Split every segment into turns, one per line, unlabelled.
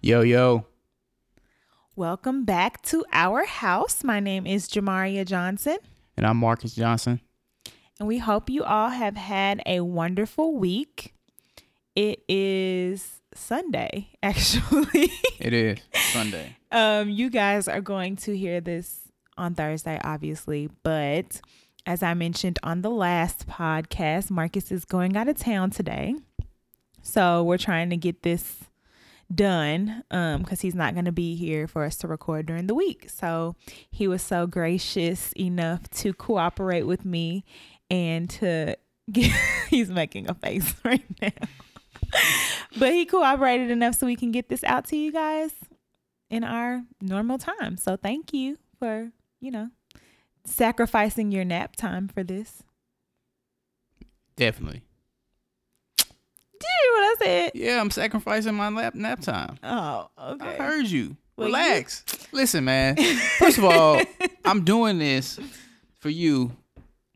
Yo, yo.
Welcome back to our house. My name is Jamaria Johnson,
And I'm Marcus Johnson.
and we hope you all have had a wonderful week. It is Sunday, actually.
It is Sunday.
um, you guys are going to hear this on Thursday, obviously, but as I mentioned on the last podcast, Marcus is going out of town today. So we're trying to get this done because he's not going to be here for us to record during the week. So he was so gracious enough to cooperate with me and to get, he's making a face right now. but he cooperated enough so we can get this out to you guys in our normal time. So thank you for, you know, sacrificing your nap time for this.
Definitely.
Did you hear what I said?
Yeah, I'm sacrificing my lap nap time.
Oh,
I
okay.
heard you.
Well, you-
Relax. Listen, man. First of all, I'm doing this for you.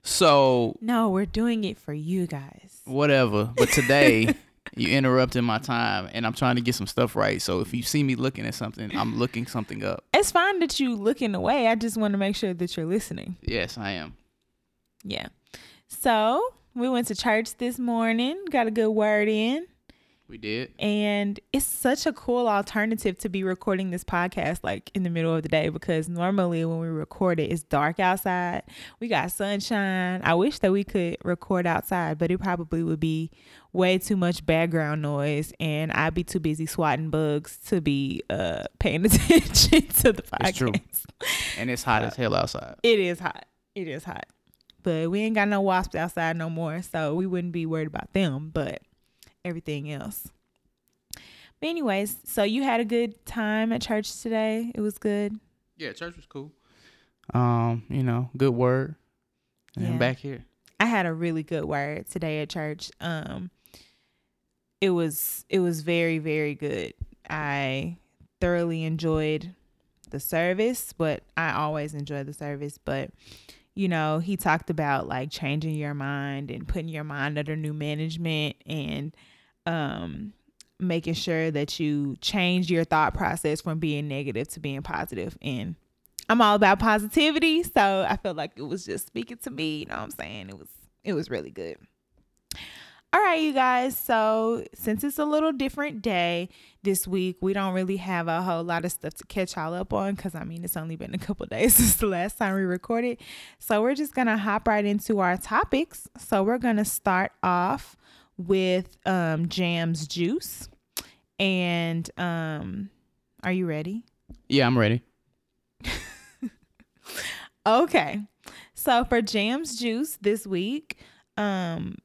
So,
No, we're doing it for you guys.
whatever. But today, you interrupted my time and I'm trying to get some stuff right. So, if you see me looking at something, I'm looking something up.
It's fine that you looking away. I just want to make sure that you're listening.
Yes, I am.
Yeah. So we went to church this morning, got a good word in,
We did.
and it's such a cool alternative to be recording this podcast like in the middle of the day because normally when we record it, it's dark outside. We got sunshine. I wish that we could record outside, but it probably would be way too much background noise, and I'd be too busy swatting bugs to be uh, paying attention to the podcast.
It's true. And it's hot as hell outside.
It is hot. It is hot. But we ain't got no wasps outside no more, so we wouldn't be worried about them, but everything else. But anyways, so you had a good time at church today. It was good.
Yeah, church was cool. Um, you know, good word. And
Yeah.
I'm back here.
I had a really good word today at church. Um it was it was very very good. I thoroughly enjoyed the service, but I always enjoy the service, but you know, he talked about like changing your mind and putting your mind under new management and um making sure that you change your thought process from being negative to being positive and I'm all about positivity, so I felt like it was just speaking to me, you know what I'm saying? It was it was really good. All right, you guys. So, since it's a little different day this week, we don't really have a whole lot of stuff to catch y'all up on because I mean, it's only been a couple days since the last time we recorded. So, we're just going to hop right into our topics. So, we're going to start off with um, Jam's Juice. And um, are you ready?
Yeah, I'm ready.
Okay. So for Jam's Juice this week, um,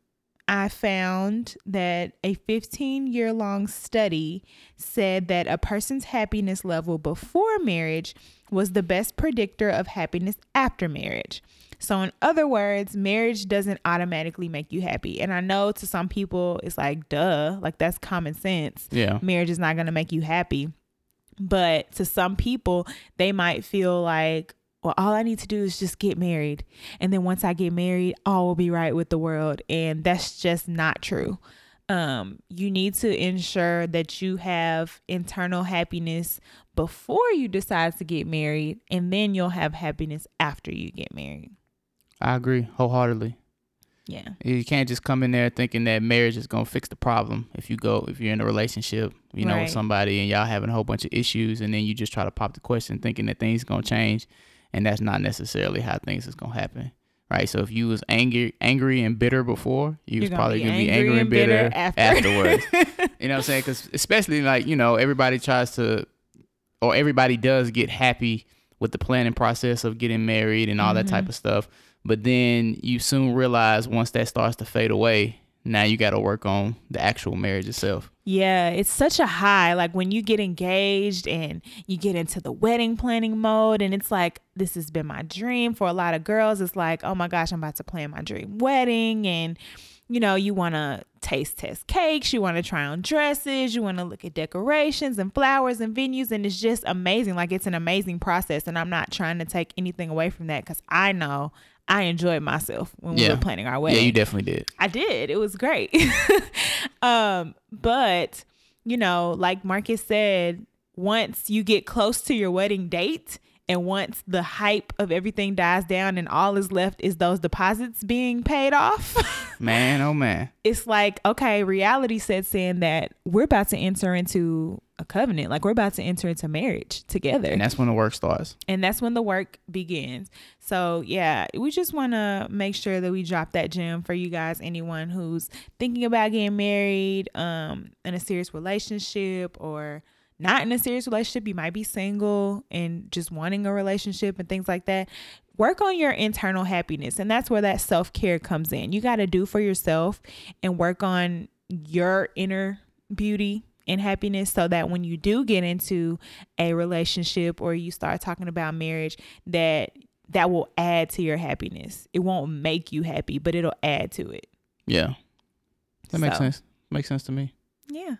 I found that a 15 year long study said that a person's happiness level before marriage was the best predictor of happiness after marriage. So, in other words, marriage doesn't automatically make you happy. And I know to some people it's like, duh, like that's common sense
Yeah.
marriage is not going to make you happy. But to some people, they might feel like, well, all I need to do is just get married. And then once I get married, all will be right with the world. And that's just not true. Um, you need to ensure that you have internal happiness before you decide to get married, and then you'll have happiness after you get married.
I agree wholeheartedly.
Yeah.
You can't just come in there thinking that marriage is gonna fix the problem if you go if you're in a relationship, you know,
Right.
with somebody and y'all having a whole bunch of issues and then you just try to pop the question thinking that things gonna change and that's not necessarily how things is gonna happen. Right. So if you was angry angry and bitter before, you was
You're
probably gonna be angry and bitter,
after.
afterwards. You know what I'm saying? Because especially like you know, everybody tries to, or everybody does get happy with the planning process of getting married and all that type of stuff. But then you soon realize once that starts to fade away, now you got to work on the actual marriage itself.
Yeah, it's such a high. Like when you get engaged and you get into the wedding planning mode, and it's like, this has been my dream for a lot of girls. It's like, oh my gosh, I'm about to plan my dream wedding. And, you know, you want to taste test cakes, you want to try on dresses, you want to look at decorations and flowers and venues. And it's just amazing. Like it's an amazing process. And I'm not trying to take anything away from that because I know I enjoyed myself when we
Yeah.
were planning our wedding.
Yeah, you definitely did.
I did. It was great. um, but you know, like Marcus said, once you get close to your wedding date and once the hype of everything dies down and all is left is those deposits being paid off,
Man, oh man.
it's like, okay, reality sets in that we're about to enter into a covenant. Like we're about to enter into marriage together
And that's when the work starts.
and that's when the work begins. So, yeah, we just want to make sure that we drop that gem for you guys anyone who's thinking about getting married, um in a serious relationship or not in a serious relationship, you might be single and just wanting a relationship and things like that. Work on your internal happiness, and that's where that self-care comes in. You got to do for yourself and work on your inner beauty and happiness so that when you do get into a relationship or you start talking about marriage that that will add to your happiness. It won't make you happy, but it'll add to it.
Yeah. That makes
So,
sense. Makes sense to me.
Yeah.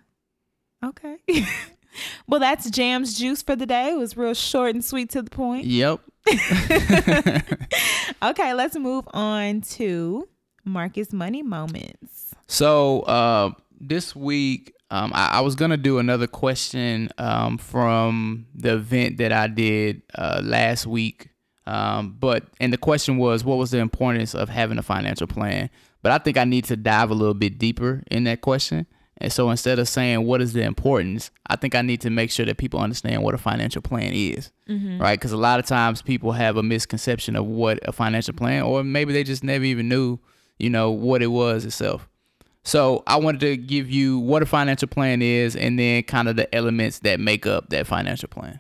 Okay. well, that's Jam's juice for the day. It was real short and sweet to the point.
Yep.
Okay, let's move on to Marcus Money Moments.
So uh, this week, um, I, I was gonna do another question um, from the event that I did uh, last week, um, but and the question was, what was the importance of having a financial plan? But I think I need to dive a little bit deeper in that question. And so instead of saying what is the importance, I think I need to make sure that people understand what a financial plan is, right? Because a lot of times people have a misconception of what a financial plan, or maybe they just never even knew, you know, what it was itself. So I wanted to give you what a financial plan is and then kind of the elements that make up that financial plan.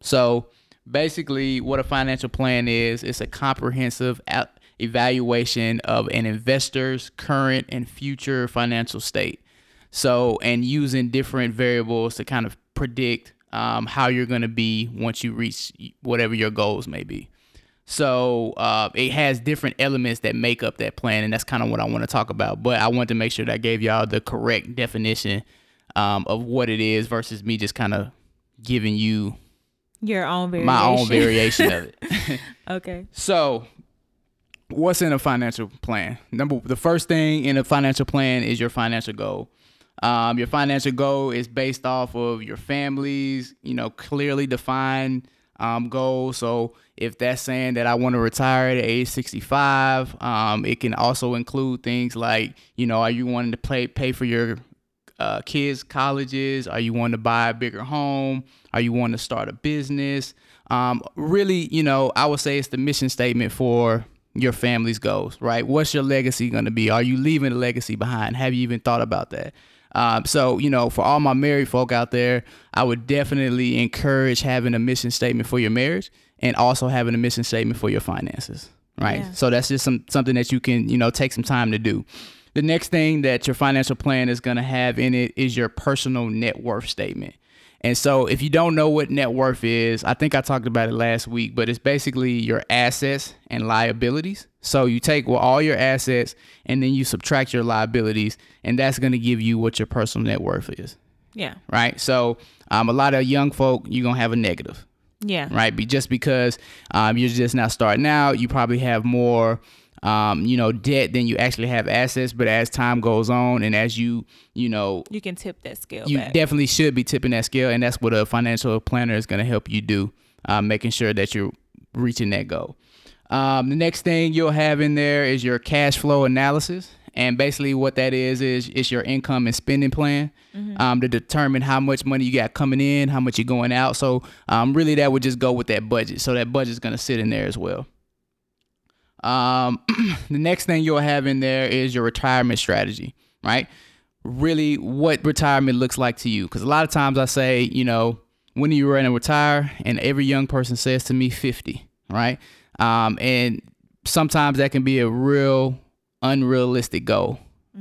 So basically, what a financial plan is, it's a comprehensive out- evaluation of an investor's current and future financial state. So, and using different variables to kind of predict um, how you're going to be once you reach whatever your goals may be. So uh, it has different elements that make up that plan, and that's kind of what I want to talk about. But I want to make sure that I gave y'all the correct definition um, of what it is versus me just kind of giving you
Your own variation.
my own variation of it.
okay.
So, what's in a financial plan? Number the first thing in a financial plan is your financial goal. Um, your financial goal is based off of your family's, you know, clearly defined um, goal. So if that's saying that I want to retire at age 65, um, it can also include things like, you know, are you wanting to pay pay for your uh, kids' colleges? Are you wanting to buy a bigger home? Are you wanting to start a business? Um, really, you know, I would say it's the mission statement for your family's goals, right? What's your legacy going to be? Are you leaving a legacy behind? Have you even thought about that? Um, so, you know, for all my married folk out there, I would definitely encourage having a mission statement for your marriage and also having a mission statement for your finances, right?
Yeah.
So that's just some something that you can, you know, take some time to do. The next thing that your financial plan is going to have in it is your personal net worth statement. And so if you don't know what net worth is, I think I talked about it last week, but it's basically your assets and liabilities. So you take well, all your assets and then you subtract your liabilities, and that's going to give you what your personal net worth is,
Yeah.
right? So um, a lot of young folk, you're going to have a negative
Yeah.
right? Be just because um, you're just now starting out, you probably have more, um, you know, debt than you actually have assets. But as time goes on, and as you, you know,
You can tip that scale
you
back.
definitely should be tipping that scale, and that's what a financial planner is going to help you do, uh, making sure that you're reaching that goal. Um, the next thing you'll have in there is your cash flow analysis, and basically what that is is it's your income and spending plan
Mm-hmm.
um, to determine how much money you got coming in, how much you're going out. So um, really, that would just go with that budget. So that budget's going to sit in there as well. Um, the next thing you'll have in there is your retirement strategy, right? Really, what retirement looks like to you. Because a lot of times I say, you know, when are you ready to retire? And every young person says to me, 50, right? Um, and sometimes that can be a real unrealistic goal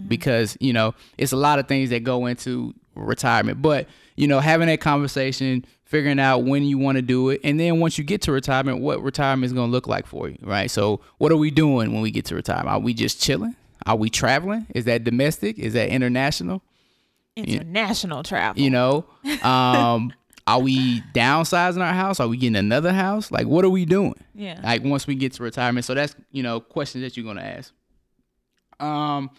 because, you know, it's a lot of things that go into retirement. But, you know, having that conversation, figuring out when you want to do it. And then once you get to retirement, what retirement is going to look like for you, right? So, what are we doing when we get to retirement? Are we just chilling? Are we traveling? Is that domestic? Is that international?
International travel.
You know, um, are we downsizing our house? Are we getting another house? Like, what are we doing?
yeah.
like once we get to retirement. So that's you know questions that you're gonna ask. Um,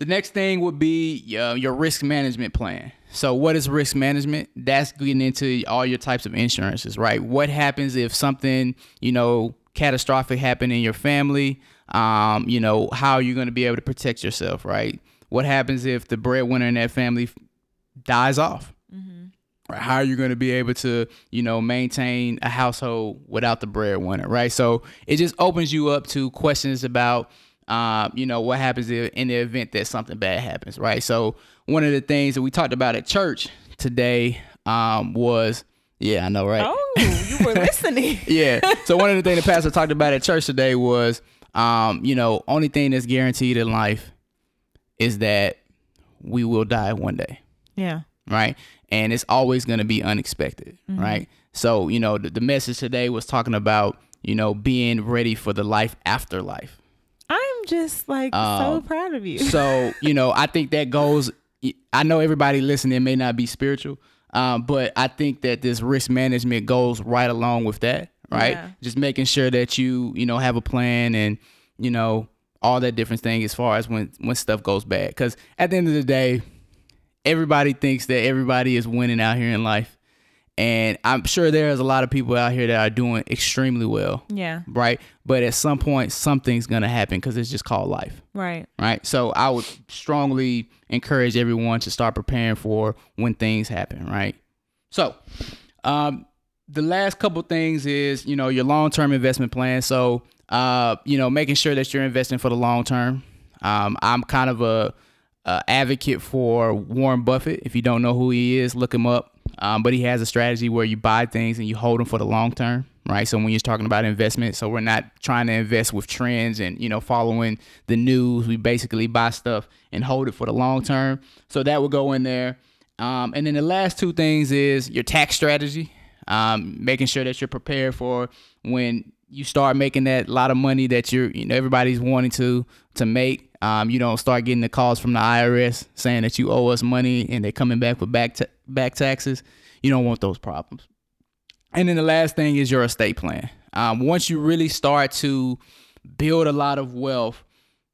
The next thing would be uh, your risk management plan. So, what is risk management? That's getting into all your types of insurances, right? What happens if something, you know, catastrophic happened in your family? Um, you know, how are you going to be able to protect yourself, right? What happens if the breadwinner in that family f- dies off? Right? How are you going to be able to, you know, maintain a household without the breadwinner, right? So, it just opens you up to questions about um, you know, what happens if, in the event that something bad happens, right? So, one of the things that we talked about at church today um, was, yeah, I know, right?
Oh, you were listening.
Yeah. So, one of the things the pastor talked about at church today was, um, you know, only thing that's guaranteed in life is that we will die one day
yeah.
right? And it's always going to be unexpected, right? So, you know, the, the message today was talking about, you know, being ready for the life after life.
I'm just like
Um,
so proud of you.
So, you know, I think that goes, I know everybody listening may not be spiritual, um, but I think that this risk management goes right along with that, right?
Yeah.
Just making sure that you, you know, have a plan and, you know, all that different thing as far as when, when stuff goes bad. Because at the end of the day, everybody thinks that everybody is winning out here in life. And I'm sure there's a lot of people out here that are doing extremely well,
Yeah.
right? But at some point, something's going to happen because it's just called life
Right.
right? So I would strongly encourage everyone to start preparing for when things happen, right? So, um, the last couple things is you know your long term investment plan. So, uh, you know, making sure that you're investing for the long term. Um, I'm kind of a, a advocate for Warren Buffett. If you don't know who he is, look him up. Um, but he has a strategy where you buy things and you hold them for the long term, right? So when you're talking about investment, so we're not trying to invest with trends and you know following the news. We basically buy stuff and hold it for the long term. So that will go in there. Um, and then the last two things is your tax strategy, um, making sure that you're prepared for when you start making that lot of money that you're, you know, everybody's wanting to to make. Um, you don't start getting the calls from the IRS saying that you owe us money and they're coming back with back ta- back taxes. You don't want those problems. And then the last thing is your estate plan. Um, once you really start to build a lot of wealth,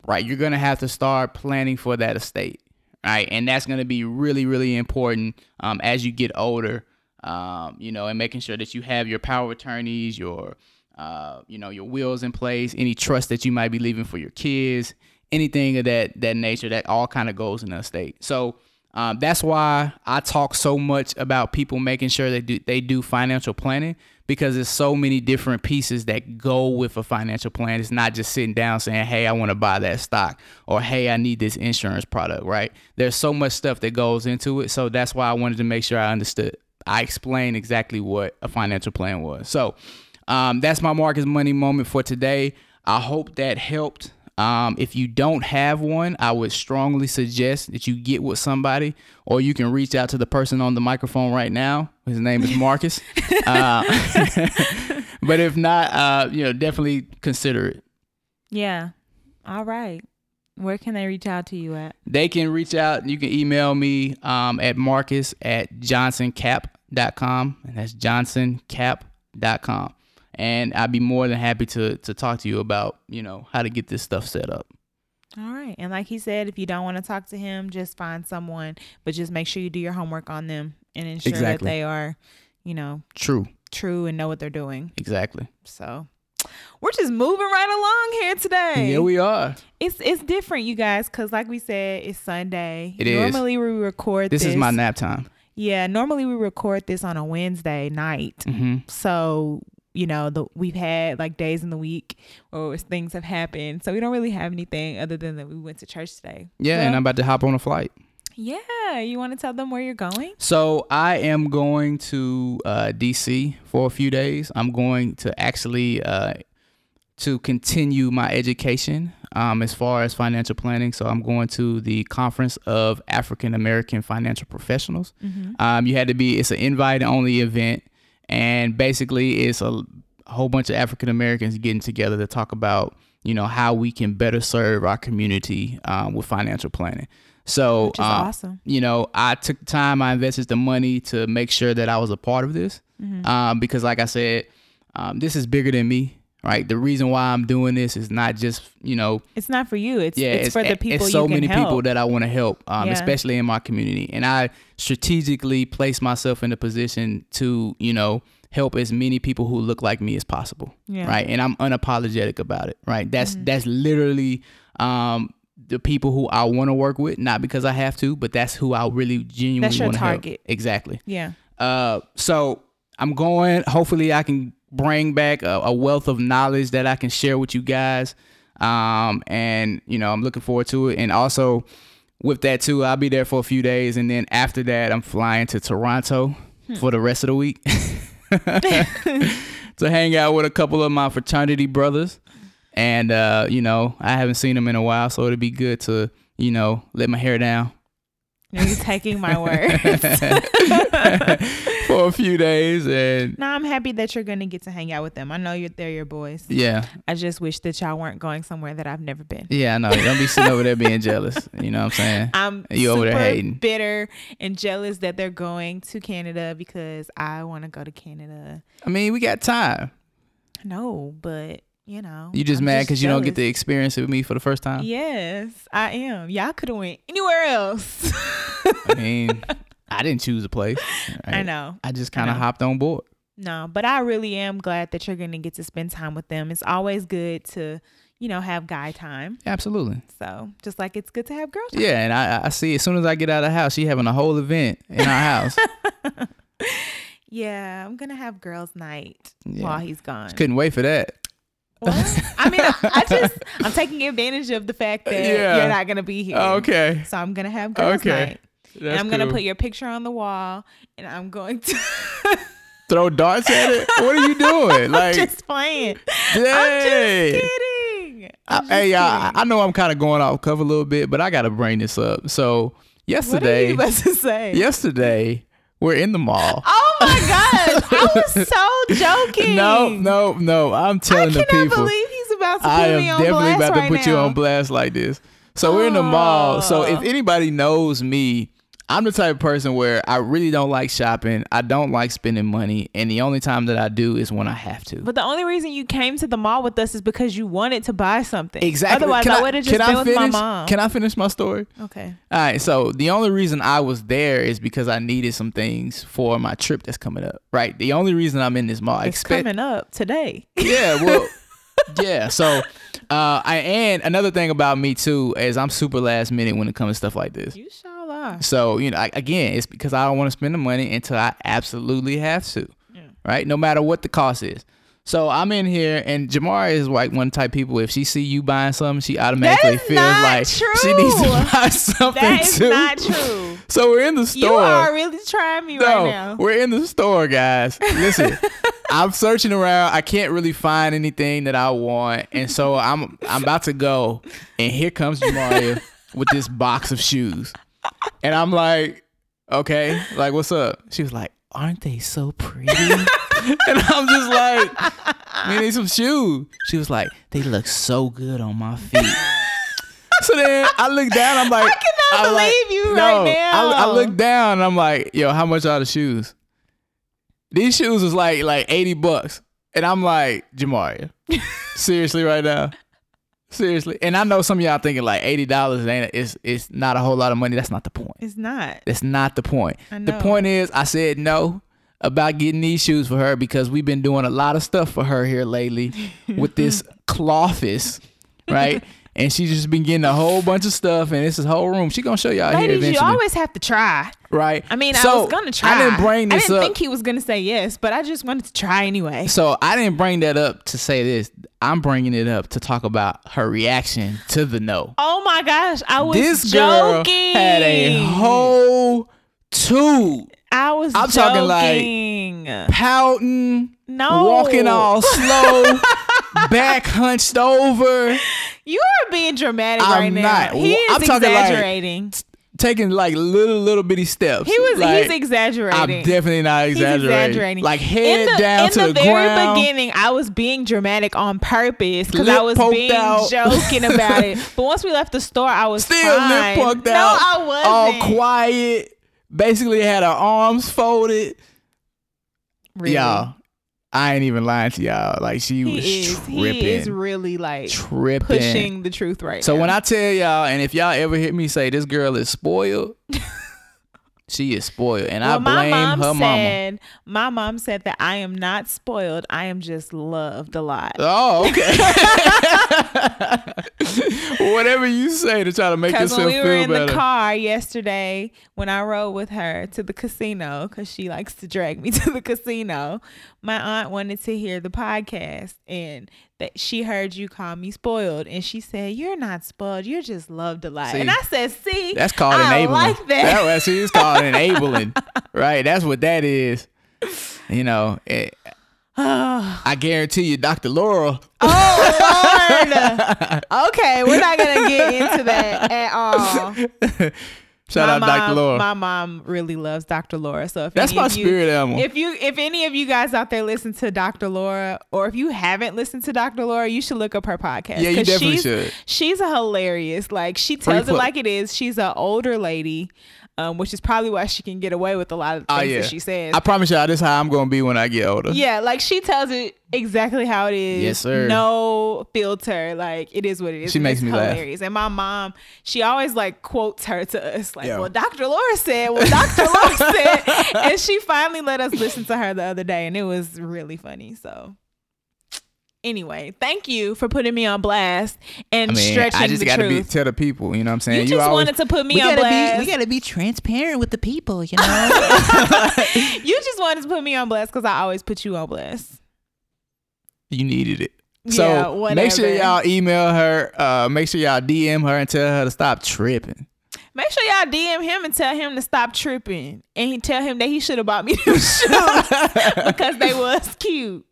right, you're gonna have to start planning for that estate, right, and that's gonna be really, really important um, as you get older. Um, you know, and making sure that you have your power of attorneys, your uh, you know, your wills in place, any trust that you might be leaving for your kids, anything of that that nature, that all kind of goes in the estate. So um, that's why I talk so much about people making sure they do they do financial planning because there's so many different pieces that go with a financial plan. It's not just sitting down saying, "Hey, I want to buy that stock," or "Hey, I need this insurance product." Right? There's so much stuff that goes into it. So that's why I wanted to make sure I understood. I explained exactly what a financial plan was. So um, that's my Marcus Money moment for today. I hope that helped. Um, if you don't have one, I would strongly suggest that you get with somebody, or you can reach out to the person on the microphone right now. His name is Marcus. uh, but if not, uh, you know, definitely consider it.
Yeah. All right. Where can they reach out to you at?
They can reach out. You can email me um, at marcus at johnsoncap.com. And that's johnsoncap.com. And I'd be more than happy to, to talk to you about, you know, how to get this stuff set up.
All right. And like he said, if you don't want to talk to him, just find someone, but just make sure you do your homework on them and ensure
Exactly.
that they are, you know,
True.
true and know what they're doing.
Exactly.
So we're just moving right along here today.
Yeah, we are.
it's it's different, you guys, because like we said, it's Sunday.
It is.
normally we record
This
this.
is my nap time.
yeah. Normally we record this on a Wednesday night.
hmm
So, you know, the we've had like days in the week or things have happened. So we don't really have anything other than that we went to church today.
Yeah, and
Well,
I'm about to hop on a flight.
Yeah, you want to tell them where you're going?
So I am going to uh, DC for a few days. I'm going to actually uh, to continue my education um, as far as financial planning. So I'm going to the conference of African American financial professionals.
Mm-hmm.
Um, you had to be. It's an invite only event, and basically it's a whole bunch of African Americans getting together to talk about you know how we can better serve our community um, with financial planning. So
Which is
um,
awesome.
you know, I took the time, I invested the money to
Mm-hmm.
make sure that I was a part of this. Um, because, like I said, um, this is bigger than me. right? The reason why I'm doing this is not just, you know,
It's not for you. It's
yeah,
it's, for the people
It's so
you can
many
help.
people that I want to help, um,
Yeah.
especially in my community. And I strategically place myself in a position to, you know, help as many people who look like me as possible.
Yeah. Mm-hmm.
Right. And I'm unapologetic about it. Right. That's that's literally um the people who I want to work with, not because I have to, but that's who I really genuinely
your
want to help.
target.
Exactly.
Yeah.
Uh, so I'm going. Hopefully, I can bring back a, a wealth of knowledge that I can share with you guys. Um, and you know, I'm looking forward to it. And also, with that too, I'll be there for a few days, and then after that, I'm flying to Toronto for the rest of the week to hang out with a couple of my fraternity brothers. And uh, you know, I haven't seen them in a while, so it'd be good to you know let my hair down.
Are you taking my words?
for a few days and
no, I'm happy that you're gonna get to hang out with them. I know you're they're your boys.
yeah
I just wish that y'all weren't going somewhere that I've never been.
yeah i know don't be sitting over there being jealous you know what i'm saying
I'm
You over
super
there hating.
bitter and jealous that they're going to Canada because I want to go to Canada.
i mean we got time
No, but you know,
you just
I'm
mad because you don't get to
jealous.
experience it with me for the first time
Yes, I am. Y'all could have went anywhere else.
i mean i didn't choose a place
I know.
i just kind
I
of
know.
hopped on board
No, but I really am glad that you're going to get to spend time with them. It's always good to, you know, have guy time.
absolutely
So just like it's good to have girl time.
yeah and i i see as soon as i get out of the house she having a whole event in our house
Yeah, I'm going to have girls' night
Yeah.
while he's gone.
couldn't wait for that
Well, I mean, I, I just, I'm taking advantage of the fact that
Yeah.
you're not going to be here.
Oh, okay
So I'm going to have girls'
Okay.
night. and I'm going to put your picture on the wall and I'm going to.
throw darts at it what are you doing like
just playing. I'm
dang.
just kidding.
I,
I'm just
hey, y'all, I,
kidding.
I know I'm kind of going off cover a little bit, but I got to bring this up. So
what are you
yesterday,
about to say?
yesterday, we're in the mall.
Oh my gosh. I was so joking.
No, no, no. I'm
I
telling the
cannot
people.
believe he's about to put
I
me
am
on
definitely
blast
about to
right
put
now.
you on blast like this. So we're in the mall. So if
Oh.
anybody knows me, I'm the type of person where I really don't like shopping. I don't like spending money, and the only time that I do is when I have to.
But the only reason you came to the mall with us is because you wanted to buy something.
exactly.
Otherwise,
Can
I would have just
can
been
I
with
finish,
my mom.
Can I finish my story?
okay.
All right, so the only reason I was there is because I needed some things for my trip that's coming up. Right, the only reason I'm in this mall, I
It's
expect,
coming up today.
yeah, well, yeah. So, uh, I and another thing about me too is I'm super last minute when it comes to stuff like this.
You sure are.
So you know, I, again, it's because I don't want to spend the money until I absolutely have to, right? No matter what the cost is. So I'm in here, and Jamara is like one type of people. If she see you buying something, she automatically
is
feels
not
like she
true.
needs to buy something
That is
too.
not true.
So we're in the store.
You are really trying me right now.
We're in the store, guys. Listen, I'm searching around. I can't really find anything that I want, and so I'm I'm about to go, and here comes Jamaria with this box of shoes, and I'm like, okay, like what's up? She was like, aren't they so pretty? and I'm just like, we need some shoes. She was like, they look so good on my feet. So then I look down. I'm
I
like,
cannot
I'm like,
believe you right now.
I, I look down and I'm like, yo, how much are the shoes? These shoes was like like 80 bucks. And I'm like, Jamaria, seriously right now? Seriously. And I know some of y'all thinking like $80 ain't it's it's not a whole lot of money. That's not the point.
It's not.
That's not the point.
I
The
know.
point is I said no about getting these shoes for her because we've been doing a lot of stuff for her here lately with this clothice, right? And she's just been getting a whole bunch of stuff, and it's this whole room. She gonna show y'all here
Ladies,
eventually,
you always have to try.
right?
I mean, I
So,
was gonna try.
I didn't bring this
I didn't
up.
think he was gonna say yes, but I just wanted to try anyway.
so I didn't bring that up to say this. I'm bringing it up to talk about her reaction to the no.
Oh my gosh, I was
this girl
joking.
had a whole two
I was.
I'm talking like-
joking.
pouting,
no
walking all slow, back hunched over,
You are being dramatic
I'm
right now.
not.
He is
I'm talking like-
exaggerating.
taking like little little bitty steps.
he was.
Like,
he's exaggerating.
I'm definitely not
He's
exaggerating.
exaggerating.
Like head
in the,
down
in
to
the,
the,
very
ground.
beginning, I was being dramatic on purpose because
Lip
I was
poked
being
out.
joking about it. But once we left the store, I was
still
fine.
lip plucked
no,
out.
I wasn't.
All quiet. Basically had her arms folded.
Really?
Y'all, I ain't even lying to y'all. Like
He
she was
is.
tripping,
He is really like
tripping.
pushing the truth right
So
now.
when I tell y'all, and if y'all ever hear me say this girl is spoiled, she is spoiled, and I
Well,
blame her mama.
said, My mom said that I am not spoiled. I am just loved a lot.
Oh, okay. Whatever you say to try to make
Because
yourself
when we were
feel
in
better.
the car yesterday, when I rode with her to the casino, because she likes to drag me to the casino, my aunt wanted to hear the podcast, and that she heard you call me spoiled, and she said, "You're not spoiled. You're just loved a lot."
See,
and I said, "See,
That's called
I
enabling.
like that."
was- see, it's called enabling, right? That's what that is. You know, eh,
oh
I guarantee you, Dr. Laurel.
Lord. okay, we're not gonna get into that at all.
Shout
my
out,
mom,
Dr. Laurel.
My mom really loves Dr. Laura. So if
That's
any
my
of you,
spirit animal.
If you, if any of you guys out there listen to Dr. Laura, or if you haven't listened to Dr. Laura, you should look up her podcast.
Yeah, you
'Cause
definitely
she's,
should.
She's a hilarious. Like she tells it
plug.
like it is. She's an older lady, um, which is probably why she can get away with a lot of the
Oh,
things
yeah.
that she says.
I promise y'all, this is how I'm gonna be when I get older.
yeah, like she tells it exactly how it is.
Yes, sir.
No filter. Like it is what it is.
She
and
makes
it's
me laugh.
hilarious. And my mom, she always like quotes her to us, like,
Yeah.
"Well, Dr. Laura said, well, Dr. Laura said," and she finally let us listen to her the other day, and it was really funny. So. Anyway, thank you for putting me on blast and
I mean,
stretching
I just
the
gotta be
truth.
tell the people. You know what I'm saying?
you just wanted to put me on blast.
gotta be transparent with the people. You know.
you just wanted to put me on blast because I always put you on blast.
you needed it.
Yeah,
So make sure
whatever.
y'all email her. Uh, make sure y'all DM her and tell her to stop tripping.
Make sure y'all DM him and tell him to stop tripping, and he tell him that he should have bought me them shoes because they was cute.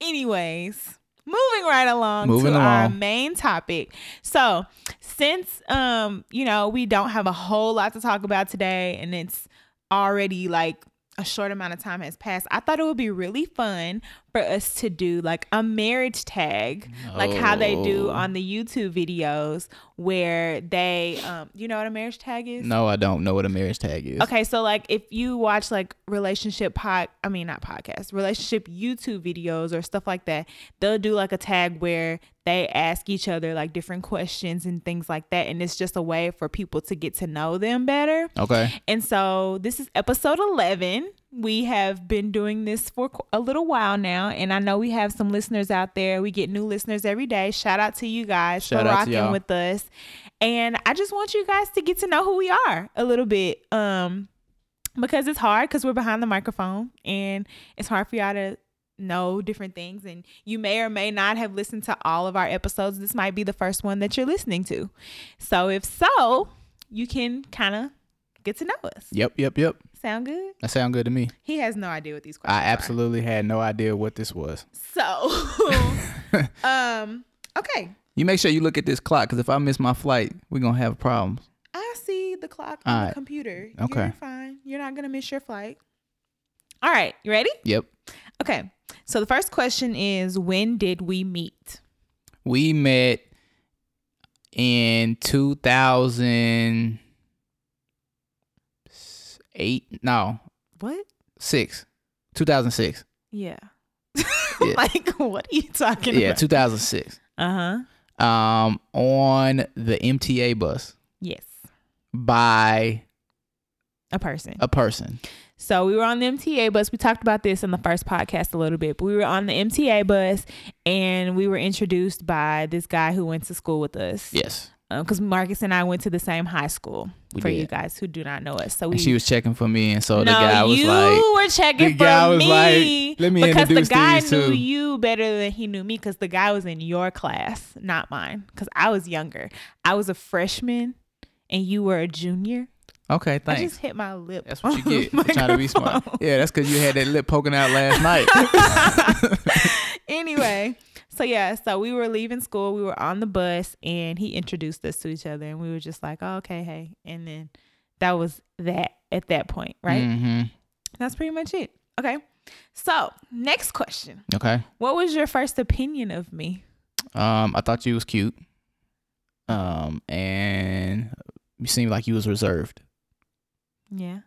Anyways, moving right along
Moving
to our
along.
main topic. So, since um, you know, we don't have a whole lot to talk about today, and it's already like a short amount of time has passed. I thought it would be really fun for us to do like a marriage tag, like how they do
No.
on the YouTube videos where they, um, you know what a marriage tag is?
No, I don't know what a marriage tag is.
Okay, so like if you watch like relationship pod, I mean not podcast, relationship YouTube videos or stuff like that, they'll do like a tag where they ask each other like different questions and things like that, and it's just a way for people to get to know them better.
Okay.
And so this is episode 11. We have been doing this for qu- a little while now, and I know we have some listeners out there. We get new listeners every day. Shout out to you guys
Shout
for
out to
rocking
y'all.
with us. And I just want you guys to get to know who we are a little bit. Um because it's hard because we're behind the microphone and it's hard for y'all to know different things and you may or may not have listened to all of our episodes this might be the first one that you're listening to so if so you can kind of get to know us
Yep, yep, yep.
sound good
That sound good to me.
he has no idea what these questions
I absolutely had no idea what this was.
are so um okay
You make sure you look at this clock because if I miss my flight, we're gonna have problems.
I see the clock on the
Alright.
computer.
Okay.
You're fine. You're not going to miss your flight. All right. You ready?
Yep.
Okay. So the first question is when did we meet?
We met in 2008. No,
What?
six. 2006.
Yeah.
Yeah.
like, what are you talking
Yeah,
about?
2006.
Uh
Uh-huh.
huh.
Um, on the MTA bus
Yes.
by
A person.
a person.
So we were on the MTA bus. We talked about this in the first podcast a little bit, but we were on the MTA bus and we were introduced by this guy who went to school with us.
Yes.
Because Marcus and I went to the same high school
We
for
did.
you guys who do not know us. So we
And she was checking for me, and so the
no,
guy was
you
like,
were checking
the guy
for
was
me.
like, "Let me
because
introduce
the guy
these
knew
two."
you better than he knew me because the guy was in your class, not mine. Because I was younger. I was a freshman, and you were a junior.
"Okay,
I
thanks."
just hit my lip.
That's what you
on
get
the
for trying to be smart.
microphone.
Yeah, that's because you had that lip poking out last night.
anyway, so yeah, so we were leaving school. We were on the bus, and he introduced us to each other, and we were just like, oh, "Okay, hey," and then that was that at that point, right?
hmm
That's pretty much it. Okay. So, next question.
Okay.
What was your first opinion of me?
Um, I thought you was cute. Um, and you seemed like you was reserved.
Yeah,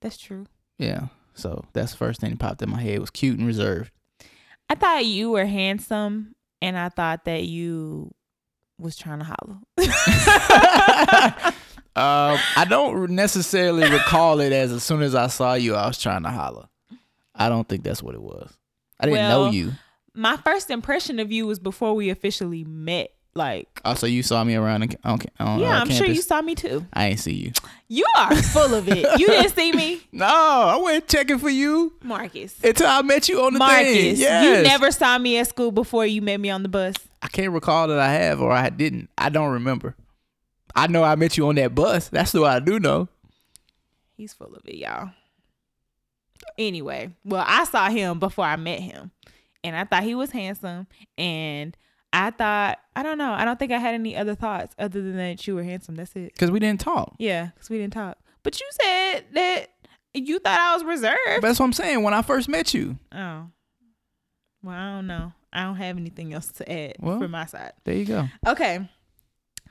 that's true.
Yeah. So that's the first thing that popped in my head was cute and reserved.
I thought you were handsome, and I thought that you was trying to holler.
Uh, I don't necessarily recall it as as soon as I saw you, I was trying to holler. I don't think that's what it was. I didn't know
Well-
you.
My first impression of you was before we officially met. Like,
Also, Oh, you saw me around the, on, ca- on
yeah,
uh,
I'm
campus.
sure you saw me too.
I ain't see you.
You are full of it. You didn't see me,
No, I wasn't checking for you
Marcus.
until I met you on the thing.
Marcus,
Yes.
you never saw me at school before you met me on the bus.
I can't recall that I have or I didn't. I don't remember. I know I met you on that bus. That's what I do know.
He's full of it, y'all. Anyway, well, I saw him before I met him, and I thought he was handsome. And I thought, I don't know, I don't think I had any other thoughts other than that you were handsome. That's it.
Because we didn't talk.
Yeah, because we didn't talk. But you said that you thought I was reserved.
That's what I'm saying. When I first met you,
Oh, well, I don't know. I don't have anything else to add
Well.
from my side.
there you go.
Okay.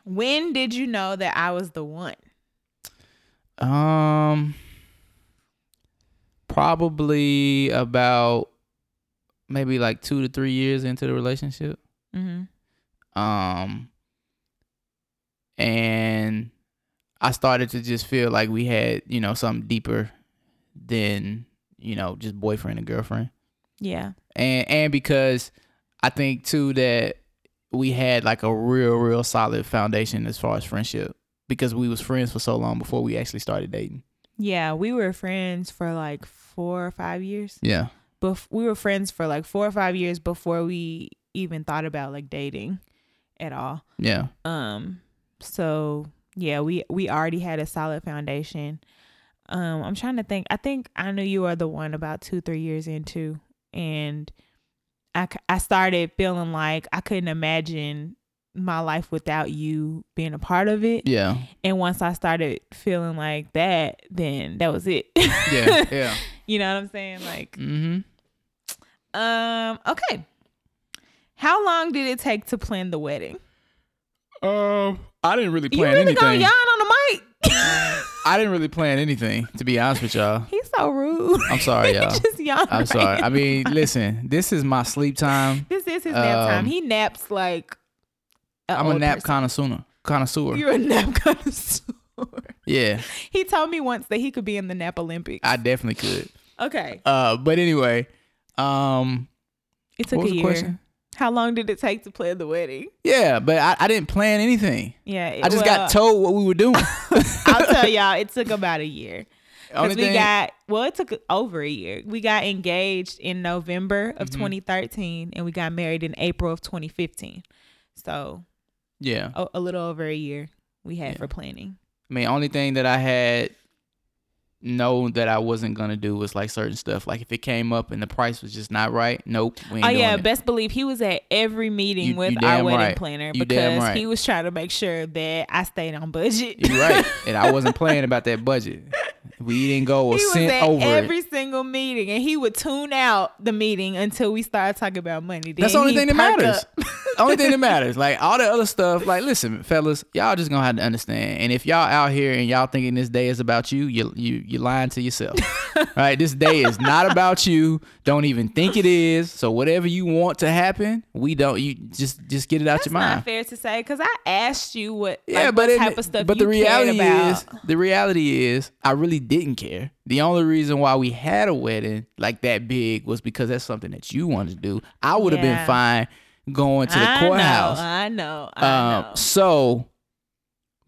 When did you know that I was the one?
Um, probably about maybe like two to three years into the relationship.
Mm-hmm.
Um, and I started to just feel like we had, you know, something deeper than, you know, just boyfriend and girlfriend.
Yeah.
And and because I think too that we had like a real, real solid foundation as far as friendship because we was friends for so long before we actually started dating.
Yeah, we were friends for like four or five years.
Yeah.
Bef- we were friends for like four or five years before we even thought about like dating at all.
Yeah.
Um, so yeah, we we already had a solid foundation. Um, I'm trying to think. I think I knew you were the one about two, three years into, and I c- I started feeling like I couldn't imagine my life without you being a part of it.
Yeah.
And once I started feeling like that, then that was it.
Yeah. yeah.
you know what I'm saying? Like,
Mm-hmm.
um, okay. How long did it take to plan the wedding?
Um, I didn't really
you really gonna yawn on the mic?
I didn't really plan anything, to be honest with y'all.
He's so rude.
I'm sorry,
He
y'all.
just yawned.
I'm
right
sorry.
now.
I mean, listen, this is my sleep time.
this is his nap time.
um,
He naps like. i
I'm a nap connoisseur. Connoisseur.
You're a nap connoisseur.
yeah,
he told me once that he could be in the nap Olympics.
I definitely could.
okay,
Uh, but anyway, um,
it took a
what was the
year.
question?
How long did it take to plan the wedding?
Yeah, but I, I didn't plan anything.
Yeah, it-
I just
well,
got told what we were doing.
I'll tell y'all, it took about a year.
Only
Because we
thing-
got, well, it took over a year. We got engaged in November of
Mhm.
2013 and we got married in April of 2015. So
yeah.
a, a little over a year we had
Yeah.
for planning.
I mean, only thing that I had known that I wasn't gonna do was like certain stuff. Like if it came up and the price was just not right, nope. We ain't
Oh, yeah.
doing it.
Best believe he was at every meeting
You-
with
you
our
damn
wedding
right.
planner
You damn
because
right.
he was trying to make sure that I stayed on budget.
You're right. and I wasn't playing about that budget. We didn't go a
he was
cent
at
over it.
every single meeting and he would tune out the meeting until we started talking about money.
That's the
Then
only
he'd
thing that
perk
matters.
up.
only thing that matters. Like all the other stuff, like listen, fellas, y'all just gonna have to understand. And if y'all out here and y'all thinking this day is about you, you you you lying to yourself. right? This day is not about you. Don't even think it is. So whatever you want to happen, we don't you just just get it out your
That's
mind.
not fair to say because I asked you what,
Yeah,
like,
but
what
it-
type of stuff
But
you
the reality
cared
is,
about.
the reality is, I really didn't care. The only reason why we had a wedding like that big was because that's something that you wanted to do. I would have
Yeah.
been fine going to the
I
courthouse.
Know, I know. I
Um,
know.
so,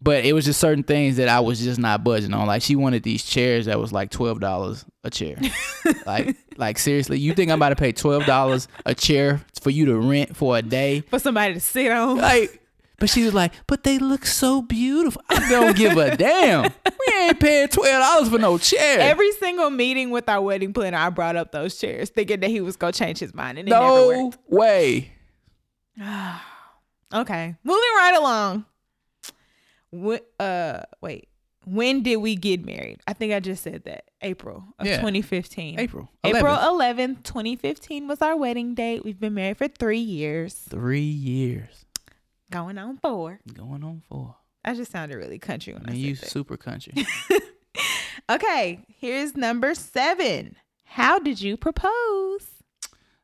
but it was just certain things that I was just not budging on. Like she wanted these chairs that was like twelve dollars a chair. like, like seriously, you think I'm about to pay twelve dollars a chair for you to rent for a day?
For somebody to sit on.
Like, but she was like, but they look so beautiful. I don't give a damn. We ain't paying twelve dollars for no chair.
Every single meeting with our wedding planner, I brought up those chairs, thinking that he was gonna change his mind, and it never
no
worked.
way.
Okay, moving right along. What? Uh, wait. When did we get married? I think I just said that April of
Yeah.
2015.
April. 11th.
April 11th, 2015 was our wedding date. We've been married for three years,
Three years
going on four.
going on four.
I just sounded really country when I
And
said
you
that.
super country.
Okay, here's number seven. How did you propose?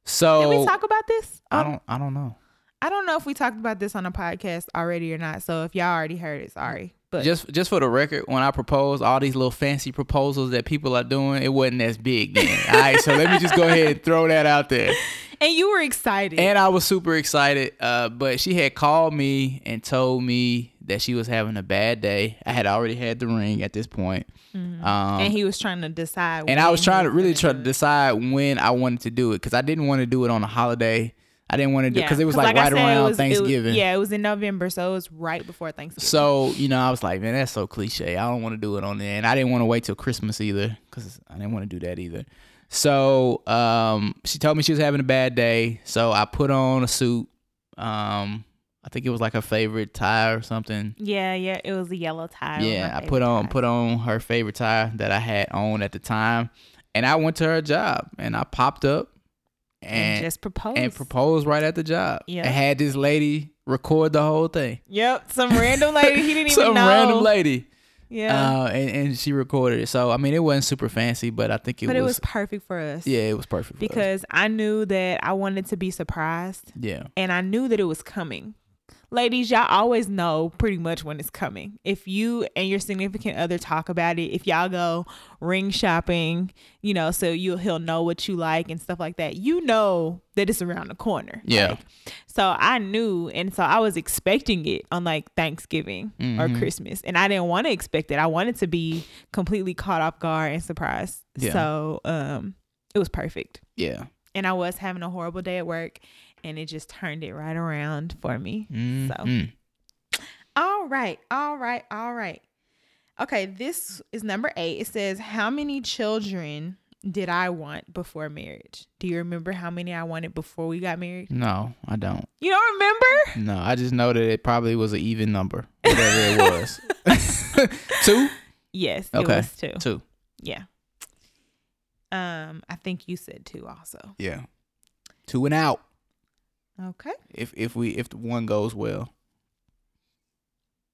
So
Did we talk about this?
Oh. I
on-
don't I don't know.
I don't know if we talked about this on a podcast already or not. So if y'all already heard it, sorry. But
Just just for the record, when I proposed, all these little fancy proposals that people are doing, it wasn't as big then. all right, so let me just go ahead and throw that out there.
and you were excited.
And I was super excited, uh, but she had called me and told me that she was having a bad day. I had already had the ring at this point, um,
Mm-hmm. and he was trying to decide.
and I was
when
trying
he
to really
gonna
try to
do it.
decide when I wanted to do it because I didn't want to do it on a holiday. I didn't want to do
Yeah,
because it was like,
I
right
said, it
around
was- it was-
Thanksgiving.
yeah, it was in November, so it was right before Thanksgiving.
So you know, I was like, man, that's so cliche. I don't want to do it on there, and I didn't want to wait till Christmas either because I didn't want to do that either. So um, she told me she was having a bad day, so I put on a suit. Um, I think it was like her favorite tie or something.
yeah, yeah, it was a yellow tie.
yeah, I put on put on her favorite tie that I had on at the time, and I went to her job and I popped up
and
and
just proposed.
and proposed right at the job.
Yeah.
and had this lady record the whole thing.
Yep, some random lady he didn't
Some
even know.
random lady.
Yeah,
Uh, and, and she recorded it. So I mean, it wasn't super fancy, but I think it,
but
was,
it was perfect for us.
Yeah, it was perfect for us.
because I knew that I wanted to be surprised,
yeah,
and I knew that it was coming. Ladies, y'all always know pretty much when it's coming. If you and your significant other talk about it, if y'all go ring shopping, you know, so you he'll know what you like and stuff like that. You know that it's around the corner.
Yeah.
Like, so I knew, and so I was expecting it on like Thanksgiving
Mm-hmm.
or Christmas, and I didn't want to expect it. I wanted to be completely caught off guard and surprised.
Yeah.
So um, it was perfect,
yeah.
and I was having a horrible day at work, and it just turned it right around for me.
Mhm.
All right, all right, all right. Okay, this is number eight. It says, How many children did I want before marriage? Do you remember how many I wanted before we got married?
No, I don't.
You don't remember?
No, I just know that it probably was an even number, whatever it was. two,
Yes,
Okay.
it was two.
two.
Yeah. Um, I think you said two also.
Yeah, two and out.
Okay.
If if we if the one goes well,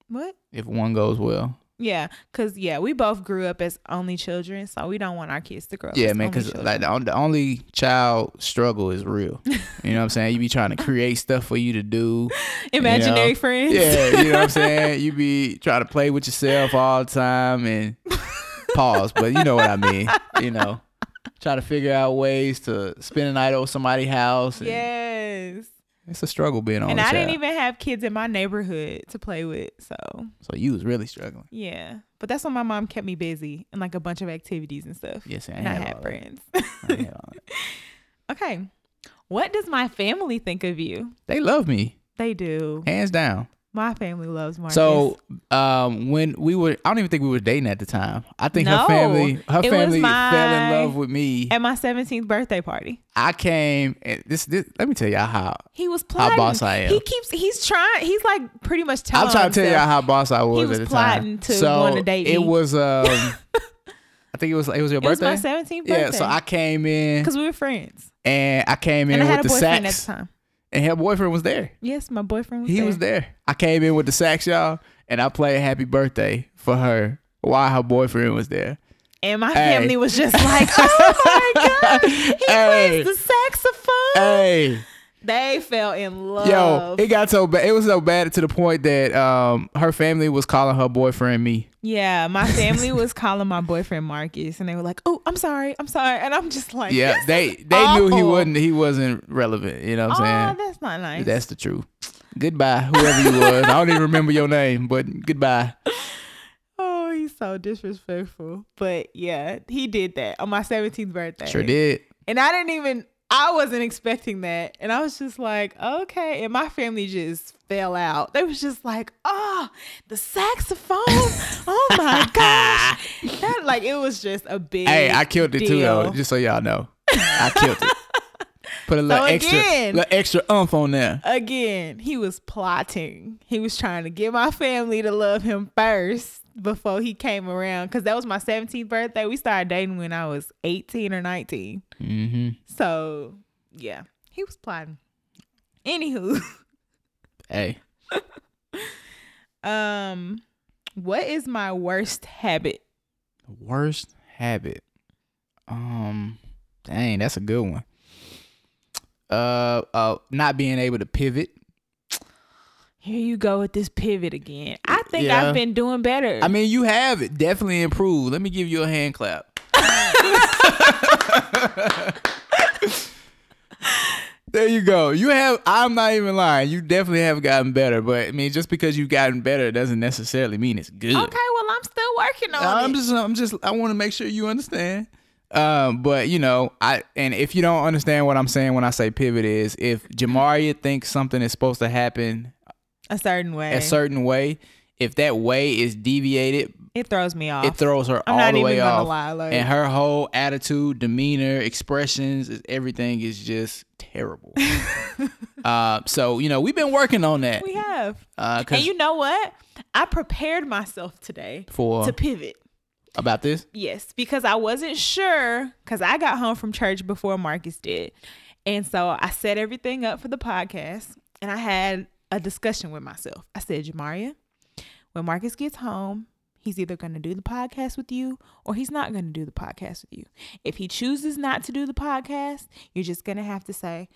What?
if one goes well.
Yeah, cause yeah, we both grew up as only children, so we don't want our kids to grow up.
yeah,
as
man,
only
because
children.
like the, on- the only child struggle is real. you know what I'm saying? You be trying to create stuff for you to do.
imaginary
you know,
friends.
Yeah, you know what I'm saying? You be trying to play with yourself all the time and pause, but you know what I mean. You know, try to figure out ways to spend a night over somebody's house. and
yes.
It's a struggle being on
and
the
I
child.
didn't even have kids in my neighborhood to play with. So
so you was really struggling.
yeah, but that's when my mom kept me busy and like a bunch of activities and stuff.
Yes, see, I
and I
ain't had
had
all that.
friends.
I ain't had all that.
okay, what does my family think of you?
They love me,
They do.
hands down.
My family loves Marcus.
So um, when we were, I don't even think we were dating at the time. I think her
No,
family, her
it was
family fell in
my-
love with me.
at my 17th birthday party,
I came, and this, this let me tell y'all how
he was
How
plotting.
boss I am.
He keeps. He's trying. He's like pretty much telling.
I'm trying to tell y'all
himself-
how boss I was,
was
at the
plotting
time.
to
so
wanna date
it
me.
was um, I think it was it was your
It was
birthday.
my 17th birthday.
yeah, so I came in
because we were friends,
and I came in
and I had
with
a
the
boyfriend at the
sax,
time.
and her boyfriend was there.
Yes, my boyfriend was
He
there.
was there. I came in with the sax, y'all, and I played "Happy Birthday" for her while her boyfriend was there.
And my
Hey.
family was just like, oh my God, he
Hey.
plays the saxophone.
Hey,
They fell in love.
yo, it got so bad. It was so bad to the point that um, her family was calling her boyfriend me.
yeah, my family was calling my boyfriend Marcus and they were like, oh, I'm sorry, I'm sorry. And I'm just like,
Yeah,
this
they
is
they knew he
awful.
wasn't he wasn't relevant. You know what I'm saying?
Oh, that's not nice.
That's the truth. Goodbye, whoever you was. I don't even remember your name, but goodbye.
oh, he's so disrespectful. But yeah, he did that on my 17th birthday.
Sure did.
And I didn't even, I wasn't expecting that. And I was just like, okay. And my family just fell out. They was just like, oh, the saxophone. oh my gosh. That, like, it was just a big.
Hey, I killed it too, though.
deal.
Just so y'all know, I killed it. Put a little extra,
again-
little extra umph on there.
Again, he was plotting. He was trying to get my family to love him first before he came around. Cause that was my 17th birthday. We started dating when I was 18 or 19.
Mm-hmm.
So, yeah, he was plotting. Anywho.
Hey,
Um, what is my worst habit?
worst habit. Um, Dang, that's a good one. Uh, uh, not being able to pivot.
Here you go with this pivot again. I think
Yeah.
I've been doing better.
I mean, you have it. Definitely improved. Let me give you a hand clap. there you go. You have. I'm not even lying. You definitely have gotten better. But I mean, just because you've gotten better doesn't necessarily mean it's good.
okay, well I'm still working on
I'm
it.
just, I'm just, I want to make sure you understand. Um, but you know, I and if you don't understand what I'm saying when I say pivot is, if Jamaria thinks something is supposed to happen
a certain way.
a certain way, if that way is deviated,
it throws me off.
it throws her
I'm
all
not
the
even
way
gonna
off,
lie, like-
and her whole attitude, demeanor, expressions, is- everything is just terrible. uh, so you know, we've been working on that.
we have.
Uh, 'cause
And you know what? I prepared myself today
for
to pivot.
about this,
Yes, because I wasn't sure because I got home from church before Marcus did. And so I set everything up for the podcast and I had a discussion with myself. I said, Jamaria, when Marcus gets home, he's either going to do the podcast with you or he's not going to do the podcast with you. If he chooses not to do the podcast, you're just going to have to say,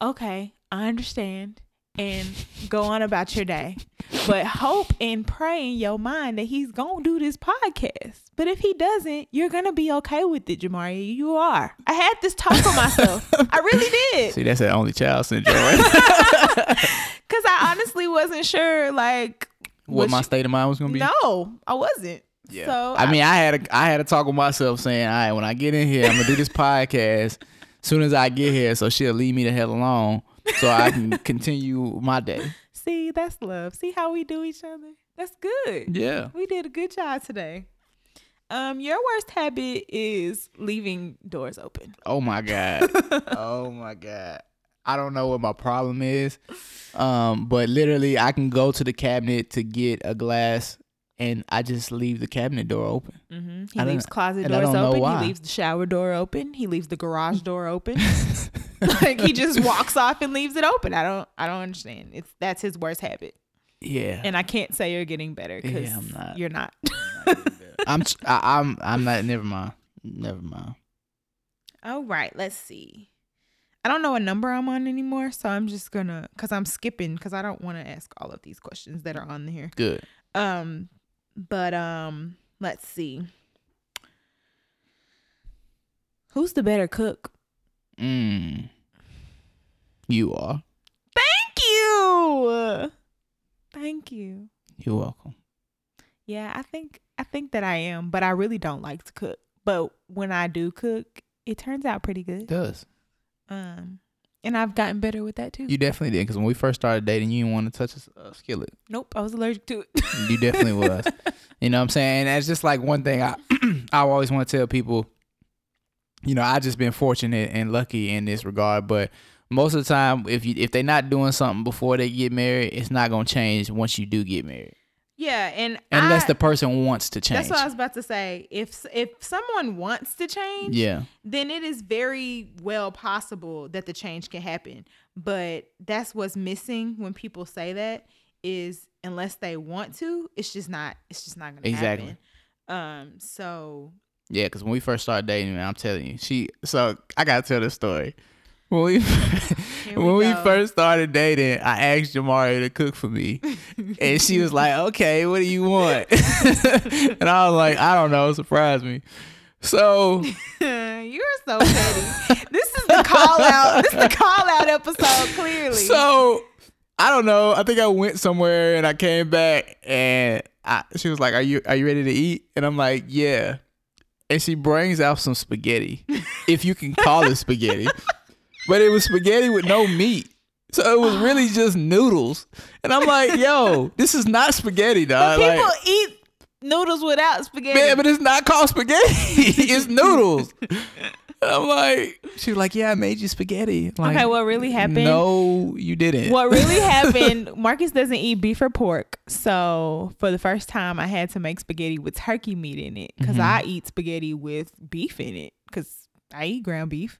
okay, I understand. And go on about your day. But hope and pray in your mind that he's going to do this podcast. But if he doesn't, you're going to be okay with it, Jamaria. You are. I had this talk for myself. I really did.
see, that's that only child syndrome.
Cause I honestly wasn't sure, like
what
was
my
she-
state of mind was gonna be.
No, I wasn't. So
I mean, I had a I had a talk with myself saying, all right, when I get in here, I'm gonna do this podcast. Soon as I get here, so she'll leave me the hell alone, so I can continue my day.
see, that's love. See how we do each other. That's good.
Yeah.
We did a good job today. Um, your worst habit is leaving doors open.
Oh my god. oh my god. I don't know what my problem is, um, but literally, I can go to the cabinet to get a glass, and I just leave the cabinet door open.
Mm-hmm. He
I don't-
leaves closet
and I
doors
don't know
open.
why.
He leaves the shower door open. He leaves the garage door open. like he just walks off and leaves it open. I don't. I don't understand. It's that's his worst habit,
Yeah.
and I can't say you're getting better because
Yeah, I'm not.
you're not.
I'm ch- I, I'm I'm not. Never mind. Never mind.
All right, let's see. I don't know what number I'm on anymore, so I'm just gonna because I'm skipping because I don't want to ask all of these questions that are on here.
Good.
Um, but um, let's see. Who's the better cook?
Mm. You are.
Thank you. Thank you.
You're welcome.
Yeah, I think I think that I am, but I really don't like to cook. But when I do cook, it turns out pretty good.
does.
Um, and I've gotten better with that too.
You definitely did because when we first started dating, you didn't want to touch a s- a skillet.
Nope, I was allergic to it.
You definitely was. You know what I'm saying? And that's just like one thing I I always want to tell people. You know, I just been fortunate and lucky in this regard, but most of the time, if you if they're not doing something before they get married, it's not gonna change once you do get married,
Yeah, and
unless
I,
the person wants to change.
that's what I was about to say. If if someone wants to change,
yeah,
then it is very well possible that the change can happen. But that's what's missing when people say that is unless they want to, it's just not. It's just not gonna
Exactly.
happen. Um. So
Yeah, because when we first started dating, man, I'm telling you, she. So I gotta tell this story. When we
Here we
when we
go.
first started dating, I asked Jamari to cook for me, and she was like, "Okay, what do you want?" and I was like, "I don't know. Surprise me." So
you're so petty. this is the call out. This is the call out episode. Clearly.
So I don't know. I think I went somewhere and I came back and I, she was like, "Are you are you ready to eat?" And I'm like, "Yeah." And she brings out some spaghetti, if you can call it spaghetti, but it was spaghetti with no meat. So it was really just noodles, and I'm like, "Yo, this is not spaghetti,
But
dog."
people
Like,
eat noodles without spaghetti.
man, but it's not called spaghetti. it's noodles. And I'm like, she was like, "Yeah, I made you spaghetti." I'm like,
okay, what really happened?
No, you didn't.
What really happened, Marcus doesn't eat beef or pork. So for the first time, I had to make spaghetti with turkey meat in it
Mm-hmm.
because I eat spaghetti with beef in it because I eat ground beef.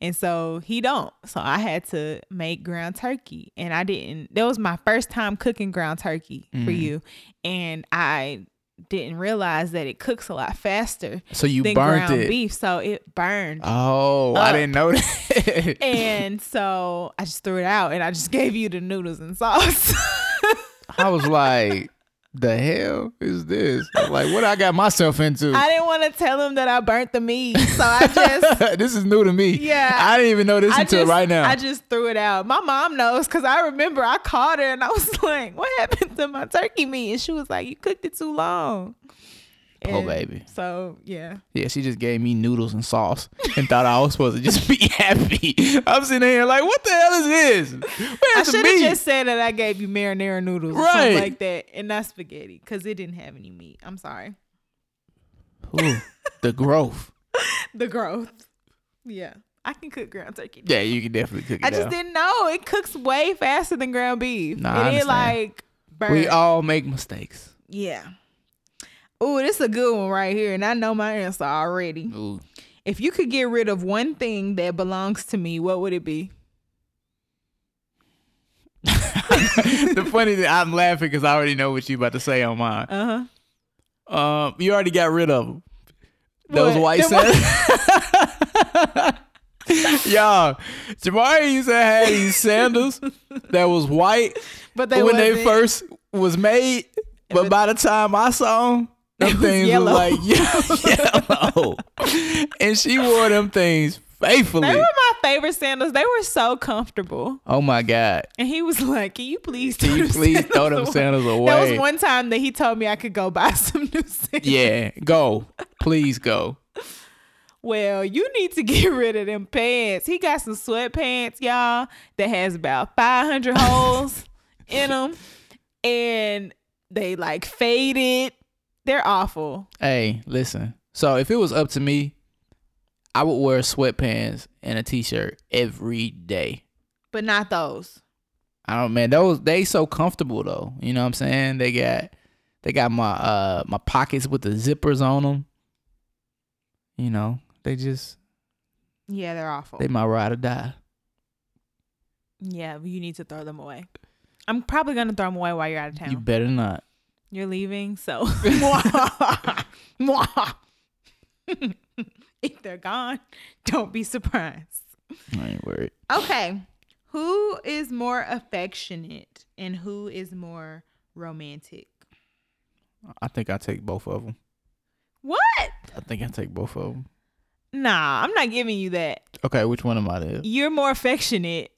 And so he don't. So I had to make ground turkey.
Mm.
And I didn't. That was my first time cooking ground turkey for you. And I didn't realize that it cooks a lot faster
So you
than
burnt
ground
it.
beef, so it burned.
Oh, I
up.
didn't know that.
and so I just threw it out, and I just gave you the noodles and sauce.
I was like, the hell is this? Like, what I got myself into?
I didn't want to tell him that I burnt the meat, so I just
this is new to me.
Yeah.
I didn't even know this
I
until
just,
right now.
I just threw it out. My mom knows because I remember I called her and I was like, "What happened to my turkey meat?" And she was like, "You cooked it too long."
Poor
And
baby.
So yeah,
yeah, she just gave me noodles and sauce and thought I was supposed to just be happy. I'm sitting here like, what the hell is this?
I
Where's the
should have
meat?
just said that I gave you marinara noodles or something
Right.
like that, and not spaghetti because it didn't have any meat. I'm sorry.
Ooh, the growth.
The growth. Yeah, I can cook ground turkey.
Yeah, you can definitely cook it.
I just
down.
didn't know it cooks way faster than ground beef.
Nah, I
and it
understand.
like burns.
We all make mistakes.
Yeah. Ooh, this is a good one right here, and I know my answer already.
Ooh.
If you could get rid of one thing that belongs to me, what would it be?
the funny thing, I'm laughing because I already know what you about to say on mine.
Uh huh.
Um, you already got rid of them. Those
What?
white
The what?
sandals. Y'all, Jamari used to have these sandals that was white
But they
when they
wasn't.
first was made, but
was-
by the time I saw them, them
was
things were
yellow.
like yellow. and she wore them things faithfully.
They were my favorite sandals. They were so comfortable.
oh my God.
And he was like, "Can you please,
Can
throw
you
them
please throw them
away?"
sandals
That was
away?
one time that he told me I could go buy some new sandals.
yeah, go. Please go.
Well, you need to get rid of them pants. He got some sweatpants, y'all, that has about 500 holes in them. And they like faded. They're awful.
Hey, listen. So if it was up to me, I would wear sweatpants and a t-shirt every day.
But not those.
I don't man, those they so comfortable though. You know what I'm saying? They got they got my uh my pockets with the zippers on them. You know, they just
Yeah, they're awful.
they my ride or die.
yeah, you need to throw them away. I'm probably gonna throw them away while you're out of town.
You better not.
you're leaving, so Mwah. Mwah. if they're gone, don't be surprised.
I ain't worried.
Okay. Who is more affectionate and who is more romantic?
I think I take both of them.
What?
I think I take both of them.
Nah, I'm not giving you that.
Okay, which one am I to?
You're more affectionate,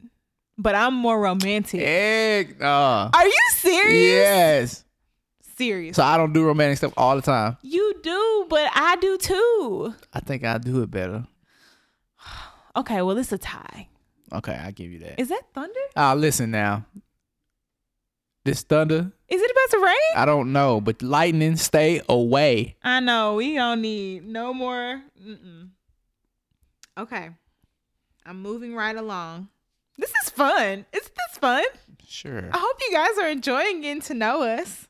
but I'm more romantic.
Egg. Uh,
Are you serious?
yes.
Serious.
So I don't do romantic stuff all the time.
you do, but I do too.
I think I do it better.
Okay, well, it's a tie.
Okay, I give you that.
Is that thunder?
Ah, listen now. This thunder,
Is it about to rain?
I don't know, but lightning, stay away.
I know. We don't need no more. Mm-mm. Okay. I'm moving right along. This is fun. Isn't this fun?
Sure.
I hope you guys are enjoying getting to know us.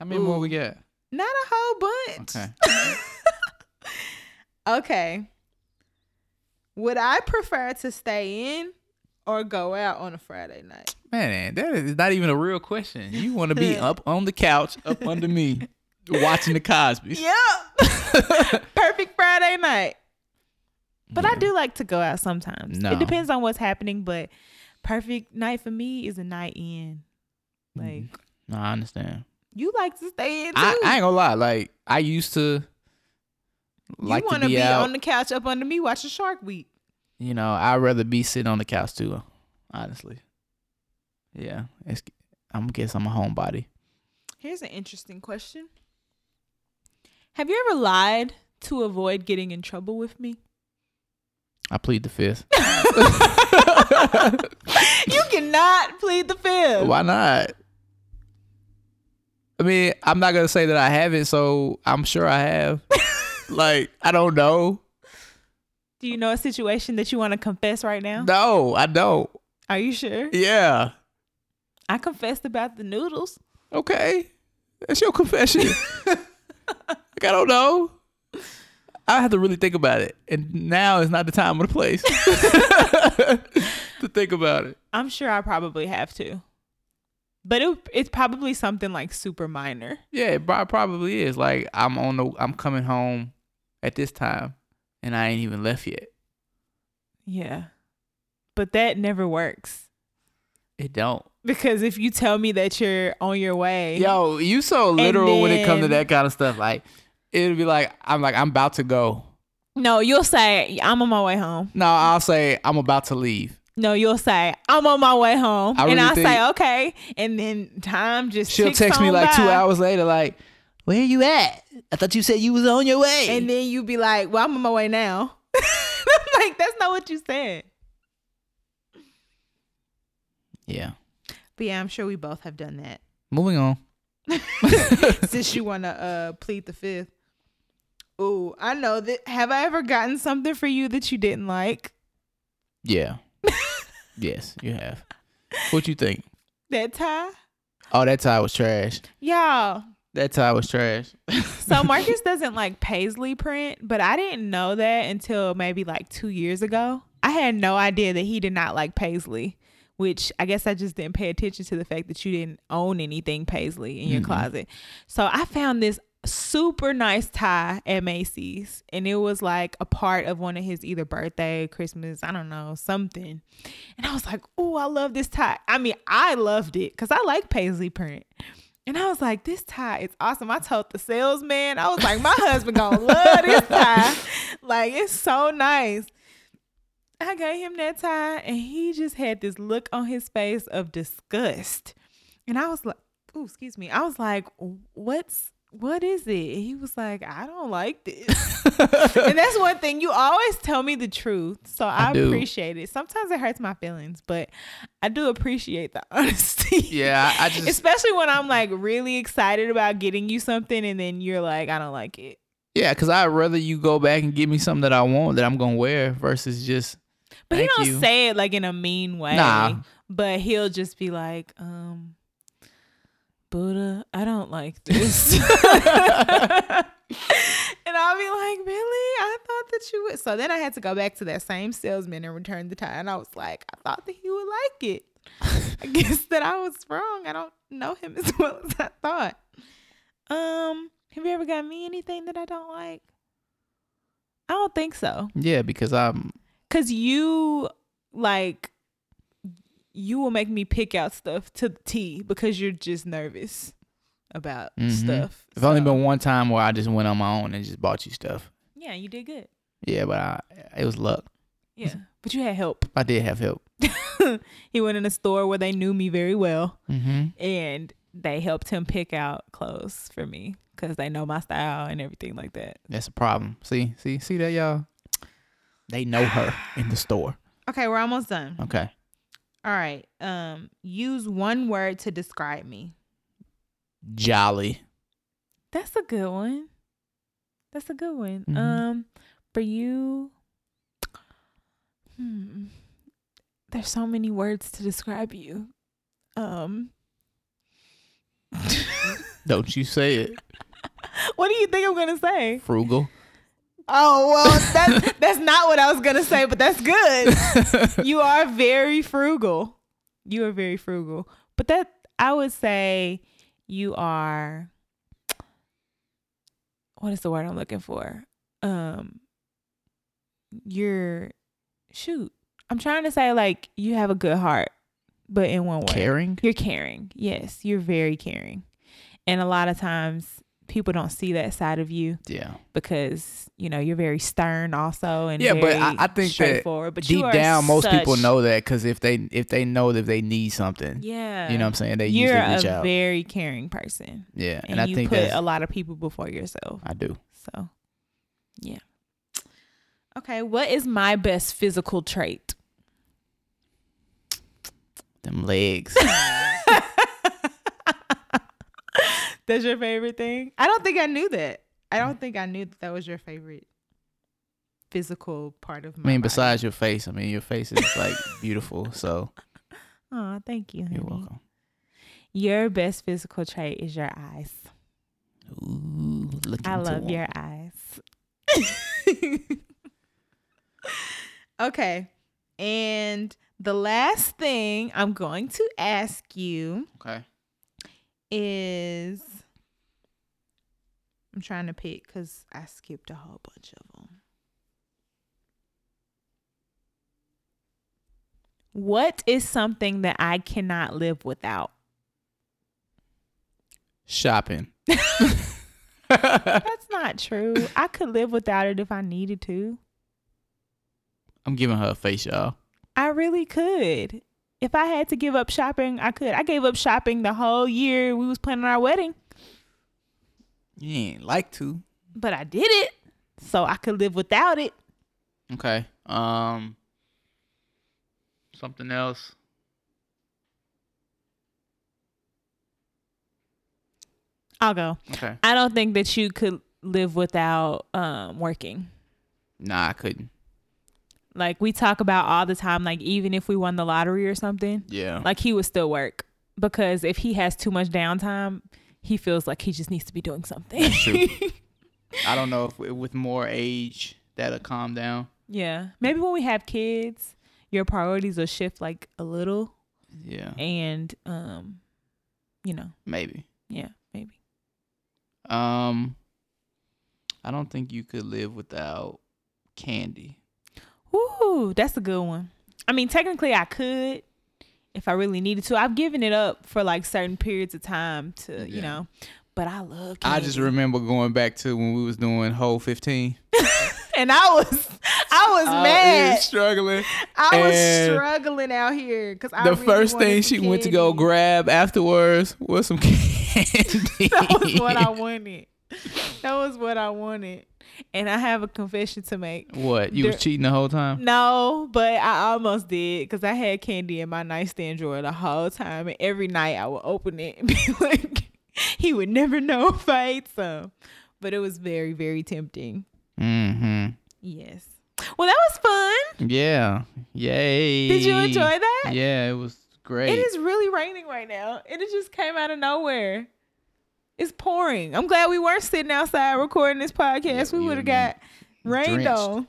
How many more we got?
Not a whole bunch.
Okay.
Okay. Would I prefer to stay in or go out on a Friday night?
Man, that is not even a real question. You want to be up on the couch, up under me, watching the Cosby.
Yep. Perfect Friday night. But I do like to go out sometimes.
No.
It depends on what's happening, but perfect night for me is a night in. Like
No, I understand.
you like to stay in too.
Mm-hmm. I, I ain't gonna lie. Like I used to like
you
to
want
be,
to be
out.
on the couch up under me watching Shark Week.
you know, I'd rather be sitting on the couch too. Honestly. Yeah, it's. I'm guess I'm a homebody.
Here's an interesting question. Have you ever lied to avoid getting in trouble with me?
I plead the fifth.
You cannot plead the fifth.
Why not? I mean, I'm not gonna say that I haven't, so I'm sure I have. like, I don't know.
Do you know a situation that you want to confess right now?
No, I don't.
Are you sure?
Yeah.
I confessed about the noodles.
Okay. That's your confession. like, I don't know. I have to really think about it. And now is not the time or the place to think about it.
I'm sure I probably have to. but it, it's probably something like super minor.
Yeah, it prob- probably is. Like I'm on the I'm coming home at this time and I ain't even left yet.
Yeah. But that never works
It don't.
because if you tell me that you're on your way,
Yo, you so literal when it comes to
then-
that kind of stuff. Like it'll be like I'm like I'm about to go.
no, you'll say I'm on my way home.
No, I'll say I'm about to leave.
No, you'll say I'm on my way home,
I
and
really
I'll say
think-
okay, and then time just
She'll
ticks
text me
on
like two
by.
hours later, like, "Where you at? I thought you said you was on your way."
and then you be like, "Well, I'm on my way now." I'm like, that's not what you said.
yeah.
But yeah, I'm sure we both have done that.
Moving on.
Since you want to uh, plead the fifth. Ooh, I know that. Have I ever gotten something for you that you didn't like?
Yeah. yes, you have. What you think?
That tie,
Oh, that tie was trash.
y'all.
That tie was trash.
So Marcus doesn't like paisley print, but I didn't know that until maybe like two years ago. I had no idea that he did not like paisley, which I guess I just didn't pay attention to the fact that you didn't own anything paisley in your
Mhm.
closet. So I found this super nice tie at Macy's, and it was like a part of one of his either birthday, Christmas, I don't know, something. And I was like, oh, I love this tie. I mean, I loved it because I like paisley print. And I was like, this tie is awesome. I told the salesman, I was like, my husband gonna love this tie. Like, it's so nice. I gave him that tie, and he just had this look on his face of disgust. And I was like, ooh, excuse me. I was like, what's what is it? And he was like, I don't like this. and that's one thing. You always tell me the truth. So I,
I do.
appreciate it. Sometimes it hurts my feelings, but I do appreciate the honesty.
Yeah, I, I just
Especially when I'm like really excited about getting you something and then you're like, I don't like it.
yeah, because I'd rather you go back and give me something that I want that I'm gonna wear versus just
But
Thank
he don't
you.
say it like in a mean way.
Nah.
But he'll just be like, um, Buddha, I don't like this. and I'll be like, really? I thought that you would. So then I had to go back to that same salesman and return the tie. And I was like, I thought that he would like it. I guess that I was wrong. I don't know him as well as I thought. Um, have you ever got me anything that I don't like? I don't think so.
yeah, because I'm
Cause you like you will make me pick out stuff to the T because you're just nervous about
Mhm.
stuff.
It's only
So-
been one time where I just went on my own and just bought you stuff.
Yeah, you did good.
Yeah, but I, it was luck.
Yeah. But you had help.
I did have help.
He went in a store where they knew me very well
Mm-hmm.
and they helped him pick out clothes for me because they know my style and everything like that.
That's a problem. See, see, see that y'all. They know her in the store.
Okay, we're almost done.
Okay.
All right. Um use one word to describe me.
Jolly.
That's a good one. That's a good one.
Mhm.
Um, for you, hmm, there's so many words to describe you. Um, what
Don't you say it.
do you think I'm gonna say?
Frugal.
Oh well, that's that's not what I was gonna say, but that's good. you are very frugal. You are very frugal, but that I would say you are. What is the word I'm looking for? Um, you're shoot. I'm trying to say like you have a good heart, but in one word,
Caring.
you're caring. Yes, you're very caring, and a lot of times people don't see that side of you
Yeah.
because you know you're very stern also and
Yeah, but
very
I- I think that
straightforward. but you
Deep
are
down, most people
such-
know that because if they if they know that they need something,
Yeah,
you know what I'm saying. They
you're
usually reach
a
out.
very caring person,
yeah,
and,
and, I
you
think
put
that's
a lot of people before yourself.
I do.
So, yeah. Okay, what is my best physical trait?
Them legs.
That's your favorite thing? I don't think I knew that. I
Mm.
don't think I knew that that was your favorite physical part of
I
my.
mean,
body.
besides your face, I mean, your face is like beautiful. So
Aw, thank you.
you're
honey.
welcome.
Your best physical trait is your eyes.
Ooh, look
I
into
love
one.
your eyes. okay. And the last thing I'm going to ask you
Okay.
is I'm trying to pick because I skipped a whole bunch of them. What is something that I cannot live without?
Shopping.
That's not true. I could live without it if I needed to.
I'm giving her a face, y'all.
I really could. If I had to give up shopping, I could. I gave up shopping the whole year we was planning our wedding,
You ain't like to.
but I did it. So I could live without it.
Okay. Um. Something else.
I'll go.
Okay.
I don't think that you could live without um working.
Nah, I couldn't.
Like we talk about all the time like even if we won the lottery or something,
Yeah.
like he would still work because if he has too much downtime, he feels like he just needs to be doing something.
true. I don't know if with more age that'll calm down.
yeah. Maybe when we have kids, your priorities will shift like a little
Yeah.
Eh. and um you know,
Maybe.
yeah, maybe.
Um. I don't think you could live without candy.
Woo, that's a good one. I mean, technically I could if I really needed to. I've given it up for like certain periods of time to, you
Yeah.
know, but I love
I just
candy.
remember going back to when we was doing whole 15.
and I was I was
I
mad.
was Oh, struggling.
I was
and
struggling out here cuz I
the
really
first
wanted
thing she
some
went to go
candy.
grab afterwards was some candy.
that was what I wanted. That was what I wanted. And I have a confession to make.
What? You
There-
was cheating the whole time?
No, but I almost did because I had candy in my nightstand drawer the whole time. And every night I would open it and be like, he would never know if I ate some. But it was very, very tempting.
Mm-hmm.
Yes. Well, that was fun.
Yeah. Yay.
Did you enjoy that?
Yeah, it was great.
It is really raining right now. And it just came out of nowhere. It's pouring. I'm glad we weren't sitting outside recording this podcast.
Yeah,
we
you
would have
would've been
got rained
drenched.
on.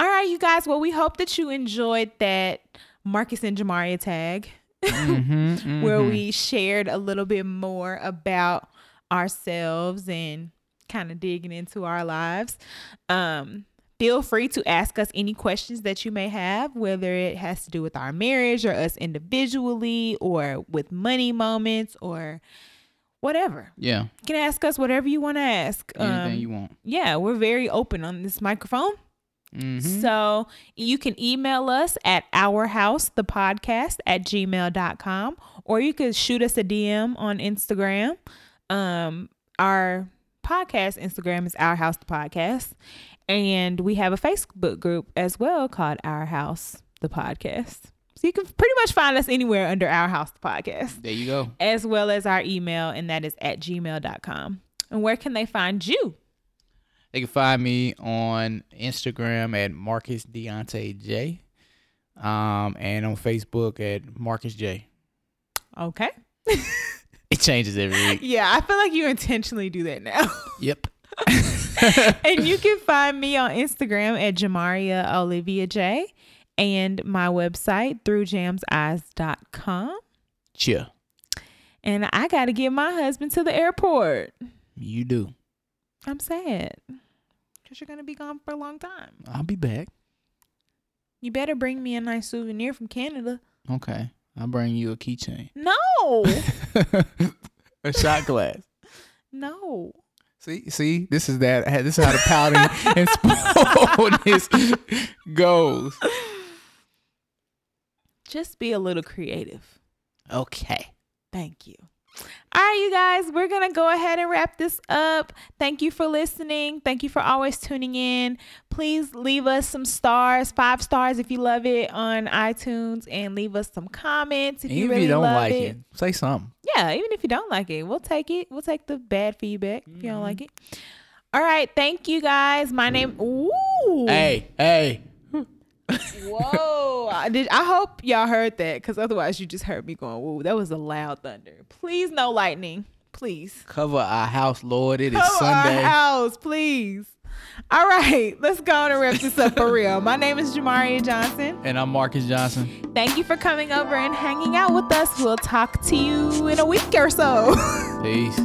All right, you guys. Well, we hope that you enjoyed that Marcus and Jamaria tag
Mhm,
where
mhm.
we shared a little bit more about ourselves and kind of digging into our lives. Um, feel free to ask us any questions that you may have, whether it has to do with our marriage or us individually or with money moments or whatever.
Yeah.
You can ask us whatever you want to ask.
Anything
Um,
you want.
yeah, we're very open on this microphone. Mm-hmm.
Mhm.
So you can email us at ourhousethepodcast at gmail.com or you could shoot us a DM on Instagram. Um, our podcast Instagram is Our House the Podcast. And we have a Facebook group as well called Our House the Podcast. So you can pretty much find us anywhere under Our House the Podcast,
There you go.
as well as our email, and that is at gmail.com. And where can they find you?
They can find me on Instagram at Marcus Deontay J, um, and on Facebook at Marcus J.
Okay.
It changes every week.
Yeah, I feel like you intentionally do that now.
yep.
and you can find me on Instagram at Jamaria Olivia J and my website throughjamseyes.com.
Cheer.
And I got to get my husband to the airport.
You do.
I'm sad because you're going to be gone for a long time.
I'll be back.
You better bring me a nice souvenir from Canada.
Okay. I'll bring you a keychain.
No,
a shot glass.
no.
See, see, this is that. This is how the pouting and spooness goes.
Just be a little creative.
Okay.
Thank you. All right, you guys, we're going to go ahead and wrap this up. Thank you for listening. Thank you for always tuning in. Please leave us some stars, five stars if you love it on iTunes, and leave us some comments if
Even
you really
if you don't
love
like
it.
it, say something.
Yeah, even if you don't like it, we'll take it. We'll take the bad feedback if you don't like it.
Mm-hmm.
All right, thank you guys. My name. Ooh.
Hey, hey.
Whoa! I did. I hope y'all heard that, because otherwise you just heard me going, "Woo!" That was a loud thunder. Please, no lightning. Please.
Cover our house, Lord. It is
Cover
Sunday.
our house, please. All right, let's go on and wrap this up for real. My name is Jamaria Johnson.
And I'm Marcus Johnson.
Thank you for coming over and hanging out with us. We'll talk to you in a week or so.
Peace.